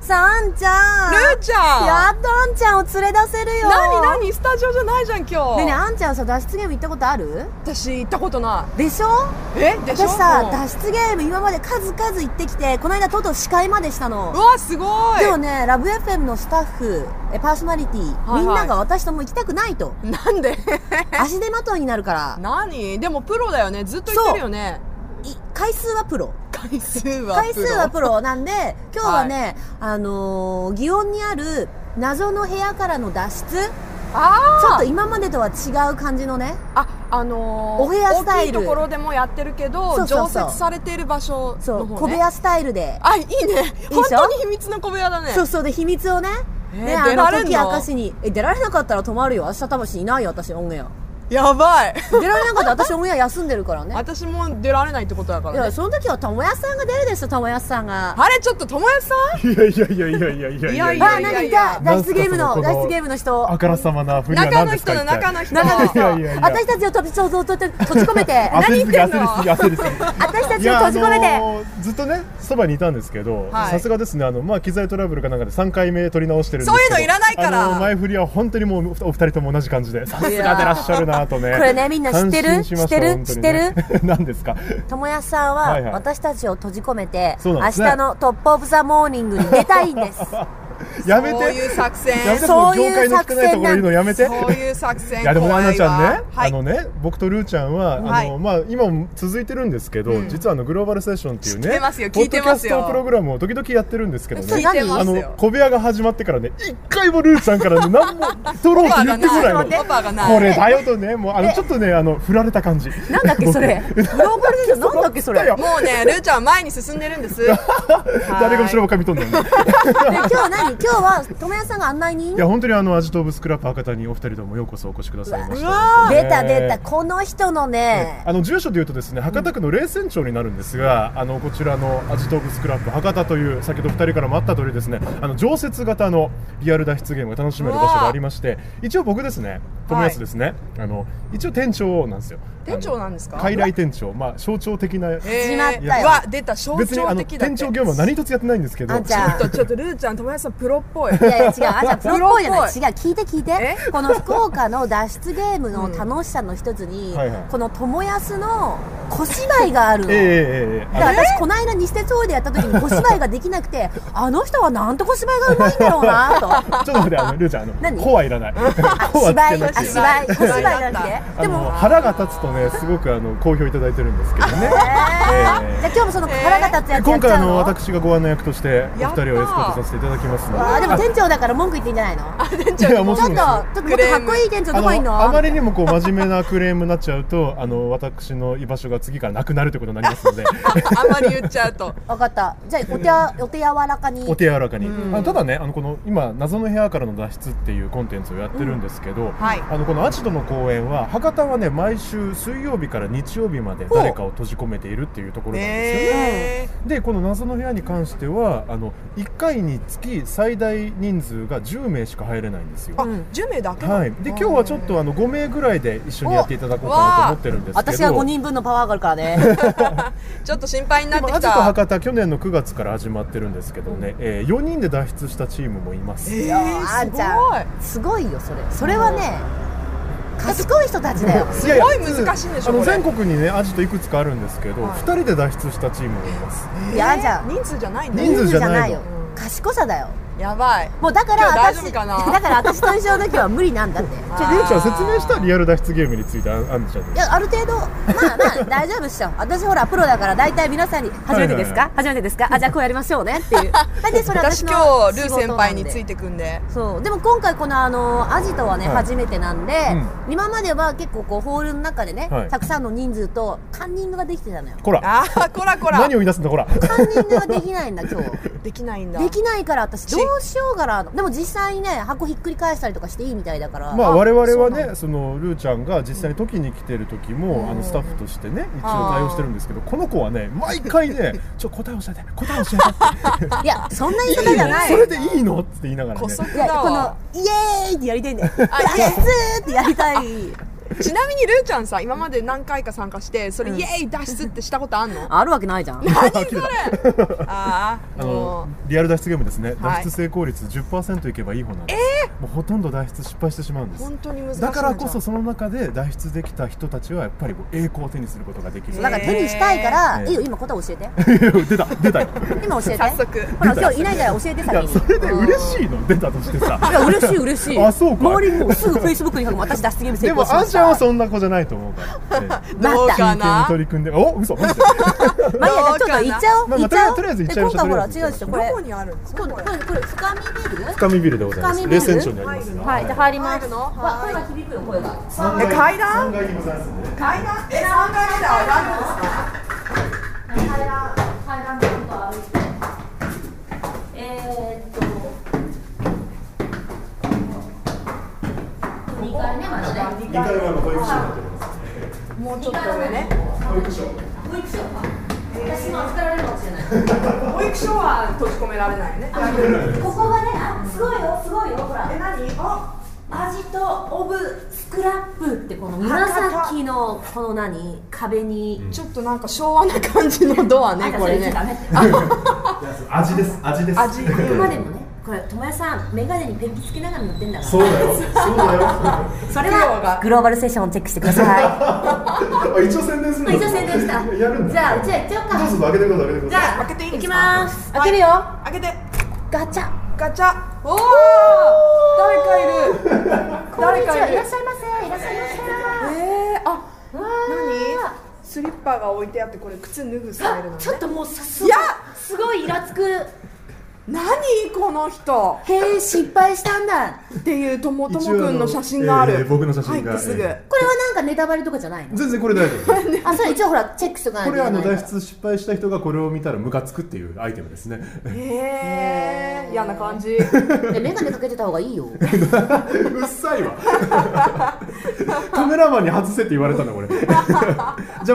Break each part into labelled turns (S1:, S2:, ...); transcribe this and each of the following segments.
S1: さああんちゃん
S2: ルーちゃん
S1: やっとあんちゃんを連れ出せるよ
S2: 何何スタジオじゃないじゃん今日
S1: ねえねえあんちゃんさ脱出ゲーム行ったことある
S2: 私行ったことな
S1: でしょ
S2: いえでしょ
S1: 私さ
S2: うん
S1: 脱出ゲーム今まで数々行ってきてこの間とうとう司会までしたの
S2: うわすごい
S1: でもねラブ f m のスタッフえパーソナリティ、
S2: はいはい
S1: みんなが私とも行きたくない と
S2: なんで
S1: 足手まといになるから
S2: 何でもプロだよねずっと言ってるよね
S1: い回数はプロ
S2: 回数はプロ
S1: 回数はプロなんで今日はね、あのー祇園にある謎の部屋からの脱出
S2: あ
S1: ちょっ
S2: あ
S1: と今までとは違う感じのね
S2: ああのー、
S1: お部屋スタイル
S2: 大きいところでもやってるけ
S1: そう
S2: ど
S1: そうそう
S2: 常設されている場所
S1: そ
S2: の
S1: う
S2: 方、ね、
S1: 小部屋スタイルで
S2: あいいね
S1: ょ
S2: 本当に秘密の小部屋だね
S1: そうそうで秘密をね,、
S2: えー
S1: ねあ
S2: 出ら
S1: の
S2: れんの
S1: 時明かしにえ出られなかったら止まるよ明日魂いないよ私オンエア
S2: やばい
S1: 出られなかったら私オンエア休んでるからね
S2: 私も出られないってことだか
S1: い
S2: ら
S1: や
S2: ね
S1: その時は友やさんが出るでしょ友やさんが
S2: あれちょっと友達さん
S3: いやいやいやいやいやいや
S2: いやいや
S1: あ
S2: いや
S1: 何か
S3: な
S1: 脱
S3: んす
S1: 出
S3: か
S1: ゲームの
S3: その
S1: 脱出ゲームの人
S3: あからさまな振りは
S2: 中
S3: 何
S2: の
S3: です
S2: 人
S3: か
S2: の中の人
S1: 中の
S3: 一体
S1: 人
S3: いやいやいや
S1: 私たちを飛びそうそうそう閉じ込めて
S3: 焦りすぎ
S2: 何言ってんの
S3: 焦り すぎ焦りすぎ
S1: 私たちを閉じ込めて、
S3: あのーずっとねそばにいたんですけど
S2: はい
S3: さすがですねあの、まあ、機材トラブルかなんかで3回目取り直してるんですけど
S2: そういうのいらないから
S3: あのー前振りは本当にもうお二人とも同じ感じでさすがでらっしゃるなとね
S1: これねみんな知ってる
S3: 感心しました
S1: 知ってる
S3: 本当にね 何ですか
S1: 友也さんは
S3: はいはい
S1: 私たちを閉じ込めて、
S3: そうなんですね
S1: 明日のトップオブザモーニングに出たいん です。
S3: やめて
S2: そういう作戦
S3: やめて
S1: そう
S3: その業界の
S1: 作
S3: 汚いと
S1: 戦
S3: こ
S1: な
S3: ろ
S1: ん
S3: 言うのやめて
S2: そういう作戦
S3: いやでもねア
S2: 怖いわ
S3: ナちゃんね、
S2: はい
S3: あのね僕とルーちゃんは、
S2: はい
S3: あのまあ今も続いてるんですけど、
S2: うん
S3: 実はあのグローバルセッションっていう
S2: 知っ
S3: ね
S2: てますよ
S3: ポ
S2: 聞
S3: ッ
S2: いて
S3: ドキャ
S2: ます
S3: ス
S2: よ
S3: トプログラムを時々やってるんですけど
S1: それ
S3: ね
S2: 聞いてま
S3: あ
S2: す
S3: の
S2: よ
S3: 小部屋が始まってからね一回もルーちゃん からね何も取ろうと言ってこないの
S2: オファーがないオファーがない
S3: これだよとねもうあのちょっとねあの振られた感じ
S1: なんだっけそれ。グローバルでしょなんだっけそれ。で
S3: よ
S2: もうね、ルーちゃんは前に進んでるん です。
S3: 誰が後
S2: も。
S3: ろも噛み取んだよね
S1: 今日は何今日は友也さんが案内人
S3: いや本当にあのアジトーブスクラップ博多にお二人ともようこそお越しくださいました
S2: うわ
S1: 出た出た、この人のね、
S3: あの住所でいうとですね博多区の冷泉町になるんですが、あのこちらのアジトーブスクラップ博多という先ほど2人からもあった通りですねあの常設型のリアル脱出ゲームが楽しめる場所がありまして一応僕ですね友安ですね、あの一応店長なんですよ
S2: 店長なん
S3: で
S2: です
S3: す
S2: か。
S3: 傀儡店長まあ象徴的な、
S2: へー
S1: 始まったよ
S2: うわ、出た、象
S3: 別に
S2: 徴
S3: あの
S2: 的だって。
S3: 店長業務は何一つやってないんですけど
S1: あんちゃん
S2: ちょっと、ちょっと、ルーちゃん、友達さん、プロっぽい。
S1: いやいや違う、あじゃあプロっぽいじゃない違
S2: プ
S1: う、聞いて聞いて。この福岡の脱出ゲームの楽しさの一つに、
S3: うんはいはい
S1: この友安の小芝居があるの。
S3: ええええええ
S1: だから私この間西鉄ホールでやった時に小芝居ができなく てあの人はなんて小芝居がうまいんだろうなと
S3: あのちょっと待ってあのルーちゃんあの
S1: 何
S3: コはいらないコはつ
S1: 芝
S3: け
S1: 居
S3: な
S1: あ
S3: くて
S2: い
S1: 芝居 小芝居がなくて
S3: あ
S1: でも
S3: の腹が立つとねすごくあの好評いただいてるんですけどね、
S1: えーじゃ
S3: ええ
S1: あ今日もその腹が立つやつや
S3: 今
S1: っち
S3: 回
S1: ゃ
S3: あ
S1: う
S3: の
S1: のわ
S3: 私がご案内役としてお二人をエスコートさせていただきますので
S1: あでも店長だから文句言っていいんじゃないのち
S2: 店長
S3: いやも
S1: ょ
S3: う
S1: っとちょっともっとかっこいい店長
S3: あ
S1: どこいんの
S3: のあまりにもこう真面目なクレームになっちゃ うとあの私の居場所が次からなくなるということになりますので
S2: あんまり言っちゃう と。
S1: 分かったじゃあお手はお手柔らかに
S3: お手柔らかに、あのただねあのこの今謎の部屋からの脱出っていうコンテンツをやってるんですけど、
S2: はい
S3: あのこのアジトの公演は博多はね毎週水曜日から日曜日まで誰かを閉じ込めているっていうところなんですよね。
S2: え
S3: でこの謎の部屋に関してはあの1回につき最大人数が10名しか入れないんです
S2: ー。
S3: よ。
S2: あ、十名だけ。
S3: はい、で今日はちょっとあの5名ぐらいで一緒にやっていただこうかなと思ってるんですけど
S1: 私は5人分のパワーがあるからね
S2: ちょっと心配になって
S3: でもア
S2: き
S3: ジト
S2: た。
S3: 博多去年の9月から始まってるんですけどね、え4人で脱出したチームもいます、
S2: え
S1: あ
S2: ー、
S1: ん
S2: す
S1: ちゃ
S2: ご
S1: んすごいよそれそれはね賢い人たちだよ
S2: すごい難しいんでしょ
S3: あの
S2: これ
S3: 全国にねアジトいくつかあるんですけど、
S2: はい
S3: 2人で脱出したチームもいます
S2: い。
S1: いやあんちゃん
S2: えー人数じゃない
S3: 人
S2: ね。
S3: 数じゃない
S1: 人数
S3: の
S1: よ賢さだよ
S2: やばい。
S1: もうだから
S2: 今日大
S1: 私
S2: 丈夫かな
S1: だから私と一緒の時は無理なんだって
S3: じゃありゅうちゃん説明したリアル脱出ゲームについてああんちゃん
S1: いやある程度まあまあ大丈夫っしょ私ほらプロだから大体皆さんに「初めてですか初めてですかあじゃあこうやりましょうね」って いう大体それ
S2: 私
S1: 私の
S2: 今日ルー先輩につい
S1: て
S2: てくんで。
S1: そうでも今回このあのアジトはね、
S3: はい
S1: 初めてなんで、
S3: う
S1: 今までは結構こうホールの中でね、
S3: はい
S1: たくさんの人数とカンニングができてたの よ
S3: こら
S2: あー、こらこら
S3: 何。を言い出すんだこら
S1: カンニングができないんだ今日
S2: できないんだ。
S1: できないから私どうしようかなでも実際にね箱ひっくり返したりとかしていいみたいだから、
S3: まあ、我々
S2: そう
S3: は
S2: なん
S3: ねそのルーちゃんが実際に時に来てる時も、あのスタッフとしてね一応対応してるんですけどこの子はね毎回 ね「ちょ答え教えて答え教えて」
S1: いやそんな言い方じゃない
S3: それでいいの?」って言いながら
S2: こ
S3: ね
S2: そく
S1: いや
S2: だ
S1: この
S2: わ。
S1: イエーイってやりたいんだよ。脱出ってやりたい。
S2: ちなみにルーちゃんさ今まで何回か参加してそれイエーイ脱出ってしたことあんの
S1: あるわけないじゃん。
S2: 何それああ
S3: あ
S2: も
S3: のリアル脱出ゲームですね、
S2: はい
S3: 脱出成功率10%いけばいい方なんです、もうほとんど脱出失敗してしまうんで
S2: う
S3: す
S2: 本当に難しい
S3: だからこそその中で脱出できた人たちはやっぱりこう栄光を手にすることができる、
S1: だから手にしたいから、
S3: えー
S1: いいよ、今答え教え て。
S3: 出た出たよ
S1: 今教えて。
S2: 早速
S1: ほら、今日いないから教えて
S3: い
S1: 先
S3: や
S1: に。
S3: それで嬉しいの出たとしてさ
S1: いや、嬉しい、嬉しい。
S3: あそうか
S1: 周りにもうすぐフェイスブックに書く、私脱出ゲーム成
S3: で
S1: 功
S3: も
S1: し
S3: ア
S1: ま
S3: ン
S1: し
S3: ちゃん
S1: た。
S3: はそんな子じゃないと思うから、ええ
S2: どうか
S3: 真剣に
S2: な
S3: 取り組んでお嘘マジで
S1: まあ、いいや、じゃあちょっと行っちゃおう。
S3: まあ
S1: 行っ
S3: まあ
S1: ちゃおう。
S3: とりあえず行っち
S1: で、
S3: ゃいま
S1: 今
S3: しょう
S1: 回ほら、違う
S3: とり
S1: で
S3: あえ
S1: し
S3: ず
S1: ょ、
S3: 行
S1: こ
S2: ど
S1: れ。
S2: こにあるんですか
S1: これ、こ
S2: これ
S1: れ、これ、深みビル
S3: 深見ビルでございます
S1: 深見ビル
S3: 冷泉町にありますが
S1: はい、じゃあ入ります。
S2: 入るの
S1: わ声が響くよ、声が。
S2: え階段
S3: 3階にございますんでね
S2: 階段え三回目で上がるんですか
S1: 階段、階段ちょっと歩いて。えーっと。二階ね、まだね。
S3: 2階はあの保育所になっております
S2: もうちょっと上ね
S3: 保育所
S1: 保育所か。私も預かられるかもしれない。
S2: 保育所は閉じ込められないよね
S1: ここがね、あ、すごいよ、すごいよ、ほら。
S2: え何あ
S1: 味とオブスクラップってこの紫のこの何壁に、
S2: ちょっとなんか昭和な感じのドアねこれね
S1: ダメってあ
S3: 味です味です
S2: 味
S1: これまでもねこれ友也さん眼鏡にペンキつけながら乗ってんだから
S3: そうだよそうだよ
S1: それ
S2: 苦労が
S1: はグローバルセッションをチェックしてくださ
S3: あ一応宣伝する
S1: い一応宣伝した
S3: やるんだ
S1: じゃあうちは行っちゃおう
S3: ど
S1: か
S3: うぞ開けてください開けてく
S1: じ
S3: ださい
S1: ゃあ
S2: 開けていい
S1: 行
S2: です
S1: き
S2: か
S1: ます
S2: はい
S1: 開けるよ、
S2: 開けて
S1: ガチャ
S2: ガチャおお誰
S1: こん
S2: かい
S1: に
S2: る誰
S1: ちは
S2: かい
S1: い
S2: る
S1: らっしゃいませいらっしゃいませ
S2: えー、
S1: わ
S2: あ何スリッパが置いてあってこれ靴脱ぐスタイルな
S1: ー
S2: の
S1: ちょっ
S2: ね
S1: ともうさす
S2: いや
S1: すごいイラつく
S2: 何この人
S1: へえ失敗したんだ
S2: っていうともともくんの写真がある、
S3: 一応あのえー僕の写真が
S2: 入ってすぐ、
S3: え
S1: これはなんかネタバレとかじゃないの
S3: 全然これ大丈夫 です
S1: あそれ一応ほらチェックしとかない
S3: こと
S1: い
S3: れ
S1: けな
S3: はあ
S1: い
S3: の
S1: から
S3: 脱出失敗した人がこれを見たらムカつくっていうアイテムですね
S2: えー、嫌な感じ
S1: え眼鏡かけてた方がいいよ
S3: うっさい わカメラマンに外せって言われたんだ これじゃ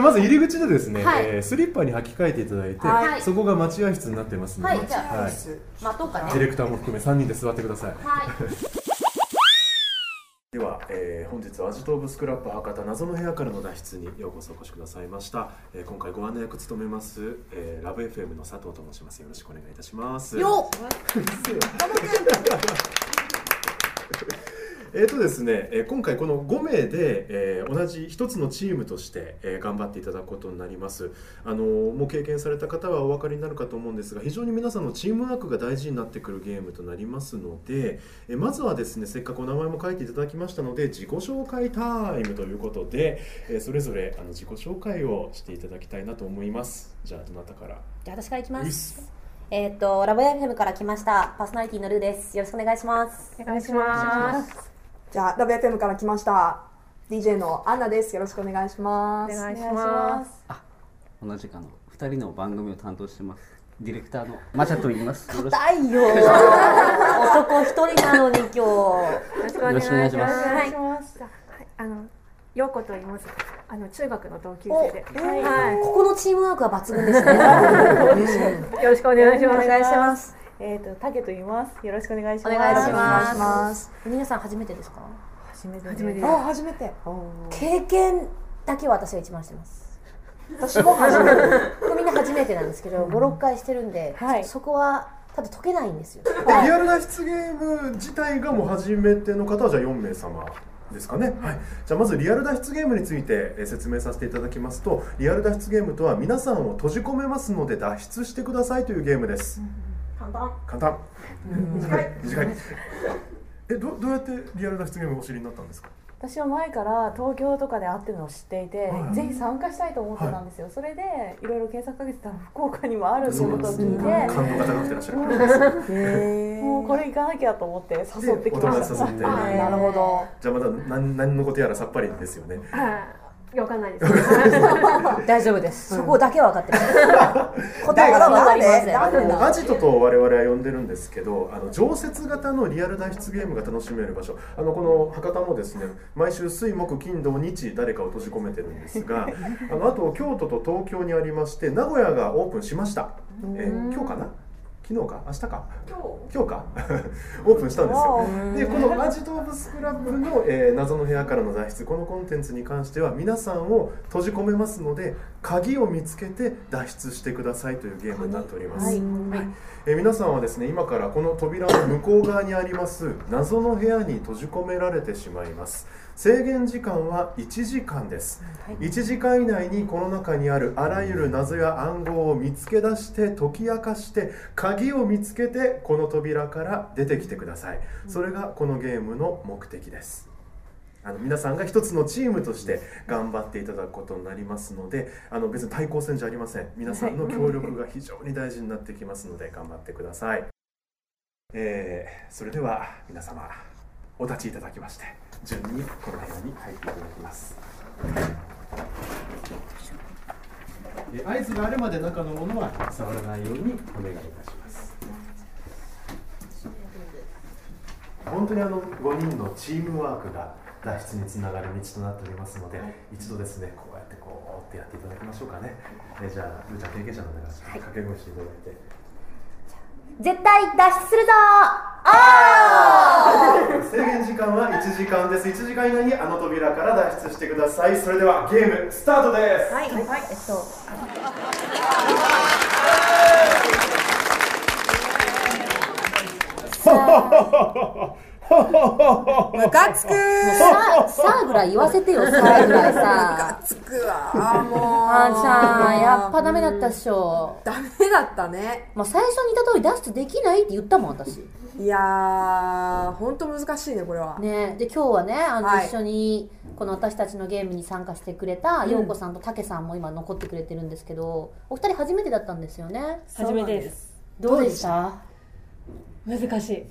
S3: あまず入り口でですね、
S1: はい
S3: えースリッパに履き替えていただいて、
S1: はい
S3: そこが待合室になってますので、
S1: はいじゃあ待とうか
S3: ディ
S1: ね
S3: レクターも含め3人で座ってください
S1: はい
S3: では、えー本日はアジトーブスクラップ博多謎の部屋からの脱出にようこそお越しくださいました、えー今回ご案内役務めます、えーラブ FM の佐藤と申しますよろしくお願いいたします
S1: よ
S3: えーとですね、えー今回この5名で、えー同じ1つのチームとして、えー頑張っていただくことになりますあのーもう経験された方はお分かりになるかと思うんですが非常に皆さんのチームワークが大事になってくるゲームとなりますので、えーまずはですねせっかくお名前も書いていただきましたので自己紹介タイムということで、えーそれぞれあの自己紹介をしていただきたいなと思いますじゃあどなたから
S1: じゃあ私からいき
S3: う
S1: ま
S3: っ
S1: す
S3: す
S1: えーっとラボヤフェムから来ましたパーソナリティのルーですよろしくお願いします
S2: お願いしますじゃあラブ FM から来ました DJ のアンナですよろしくお願いします
S4: お願いし
S2: お願
S4: ま
S2: いします
S5: 同じくあの2人の番組を担当してますディレクターのマチャと言いますよろし
S1: 痛いよ男一人なのに今日
S4: よろしく
S5: よろしくお願いします
S4: お願いします。はい、あの、ようこと言います。あの、中学の同級生で。は
S1: ここのチームワークは抜群ですねうん
S4: い、よろしくお願いします。
S1: お願いします。
S4: えっ、と、たけと言います。よろしくお願いします。
S1: お願いし
S2: お願い
S1: ま
S2: しますす
S1: 皆さん初めてですか
S4: 初めて、
S2: 初めてあ
S4: あ
S2: 初めて
S1: 経験だけは私が一番してます
S2: 私も初 めて
S1: これみんな初めてなんですけど56回してるんで、
S4: はい
S1: そこはただ解けないんですよ
S3: リアル脱出ゲーム自体がもう初めての方はじゃあ4名様ですかね、はい、じゃあまずリアル脱出ゲームについてえー説明させていただきますとリアル脱出ゲームとは皆さんを閉じ込めますので脱出してくださいというゲームです
S1: 簡単
S3: 簡単短い短いえどどうやってリアル脱出ゲームをお知りになったんですか
S6: 私は前から東京とかで会ってるのを知っていて、
S3: はい
S6: ぜひ参加したいと思ってたんですよ、それでいろいろ検索かけてたら福岡にもあるって
S3: そ
S6: いうう
S3: な
S6: こと
S3: んで
S6: を
S3: す
S6: 聞いて、
S3: 感動が高くてらっしゃる方です
S6: もうこれ行かなきゃと思って誘ってきました
S3: でお友達誘って
S6: あーなるほど
S3: じゃあまだ何何のことやらさっぱりですよね
S4: いやわかんないです。は
S1: 大丈夫です、そこだけは分かってます 答えは分かりませ ん
S2: 誰誰
S3: アジトと我々は呼んでるんですけどあの常設型のリアル脱出ゲームが楽しめる場所あのこの博多もですね毎週水木金土日誰かを閉じ込めてるんで すがあのあと京都と東京にありまして名古屋がオープンしました、えー今日かな昨日か明日か今日か オープンしたんですよでこの「アジトーブスクラップの」えー謎の部屋からの脱出このコンテンツに関しては皆さんを閉じ込めますので鍵を見つけて脱出してくださいというゲームになっております、えー皆さんはですね今からこの扉の向こう側にあります謎の部屋に閉じ込められてしまいます制限時間は1時間です、1時間以内にこの中にあるあらゆる謎や暗号を見つけ出して解き明かして鍵を見つけてこの扉から出てきてくださいそれがこのゲームの目的ですあの皆さんが一つのチームとして頑張っていただくことになりますのであの別に対抗戦じゃありません皆さんの協力が非常に大事になってきますので頑張ってください、えーそれでは皆様お立ちいただきまして順にこの部屋に入っていただきますえー合図があるまで中のものは触らないようにお願いいたします本当にあの5人のチームワークが脱出につながる道となっておりますので、一度ですねこうやってこうってやっていただきましょうかね、えーじゃあルーちゃん経験者の方が掛け声していただいて、
S7: 絶対脱出するぞ
S3: 制限時間は1時間です1時間以内にあの扉から脱出してくださいそれではゲームスタートです、
S7: はい、はい、えっと
S8: ムカつく
S1: さあ、さあぐらい言わせて よ、さあぐらいさ。
S8: つくわあーもう
S1: あーちゃん、やっぱダメだったっしょ。
S8: ダメだったね
S1: もう最初に言った通り脱出できないって言ったもん、私。
S8: いやー本当難しいねこれは、
S1: ねで、今日はね、あの、
S8: はい
S1: 一緒に、この私たちのゲームに参加してくれた、ようこさんとたけさんも今残ってくれてるんですけど、お二人初めてだったんですよね。
S6: 初めてです
S1: どうでした
S6: 難しい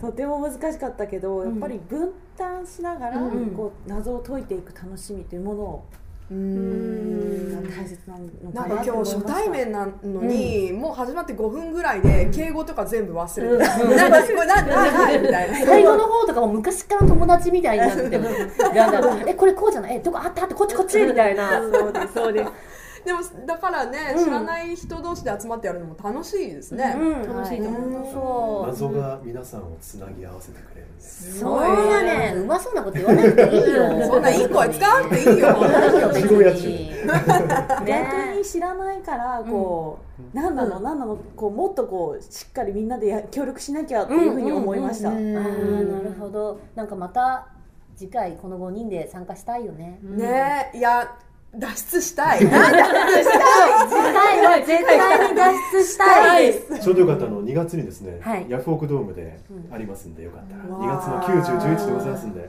S9: とても難しかったけど、やっぱり分担しながら、
S1: うん
S9: こう謎を解いていく楽しみというものを、
S8: うーん
S9: が大切なの
S8: な
S9: か
S8: んか
S9: なと
S8: 今
S9: 思いま
S8: 日
S9: した
S8: 初対面なのに、もう始まって5分ぐらいで敬語とか全部忘れて、
S1: うん
S8: なんかこれなんなんはいみたいな
S1: 最後の方とかも昔から友達みたいになってもだんだんえこれこうじゃないえどこあったあったこっちこっちみたいな
S6: そうですそうです
S8: でもだからね、知らない人同士で集まってやるのも楽しいですね、
S1: うん
S6: 楽しいと思います
S1: はいそう
S3: 謎が皆さんをつなぎ合わせてくれるん です、
S8: す
S1: そ
S8: ごい
S1: んなねうまそうなこと言わなくていいよ
S8: そんないい声使わなくていいよ
S1: いいよ別
S3: 自分やつ
S1: に
S9: 逆
S1: ね
S9: に知らないからこう、何なの何なのこうもっとこうしっかりみんなでや協力しなきゃっていうふうに思いました、
S1: あーなるほどなんかまた次回この5人で参加したいよね
S8: ねえいや脱出したいなんだ
S1: 絶対絶対に脱出したいです
S3: ちょうどよかったの2月にですね、
S1: はい
S3: ヤフオクドームでありますんでよかったら、
S8: ん
S3: 2月の9、10、11でございますんで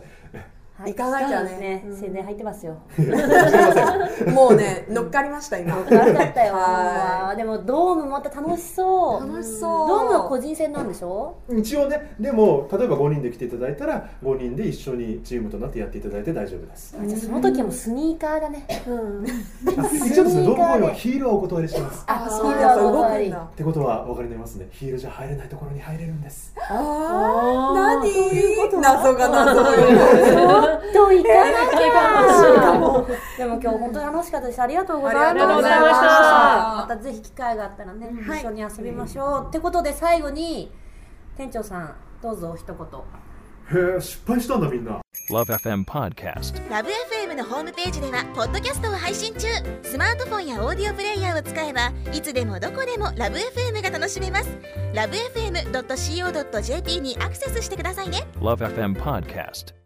S1: はい
S8: 行かなきゃね
S1: そうです宣伝入ってますよ
S8: もうね乗っかりました今
S1: 悪かったよ
S8: は
S1: でもドームまた楽しそう
S8: 楽しそう
S1: ドームは個人戦なんでしょ
S3: 一応ねでも例えば5人で来ていただいたら5人で一緒にチームとなってやっていただいて大丈夫です
S1: あじゃあその時はもうスニーカーだね
S3: あ一応ですね
S1: スニ
S3: ド
S1: ー
S3: ー
S1: カーで
S3: ムにはヒールはお断りしてます
S8: あ
S1: ス
S8: そ
S1: ピ
S8: う
S1: ード
S8: やっぱ
S1: は
S8: 動
S1: 動
S8: く
S1: く
S8: ん
S1: ん
S8: だ
S1: だ
S3: ってことはお分かりになりますねヒールじゃ入れないところに入れるんです
S8: あ何謎が謎
S1: どういかなきゃ でも今日本当に楽しかったですありがとうございました
S8: ありがとうございました
S1: またぜひ機会があったらね、
S8: はい
S1: 一緒に遊びましょう、ってことで最後に店長さんどうぞ一言
S3: へえ失敗したんだみんな
S10: LoveFM Podcast
S7: ラブ f m のホームページではポッドキャストを配信中スマートフォンやオーディオプレイヤーを使えばいつでもどこでもラブ f m が楽しめますラブ FM.co.jp にアクセスしてくださいね
S10: LoveFM Podcast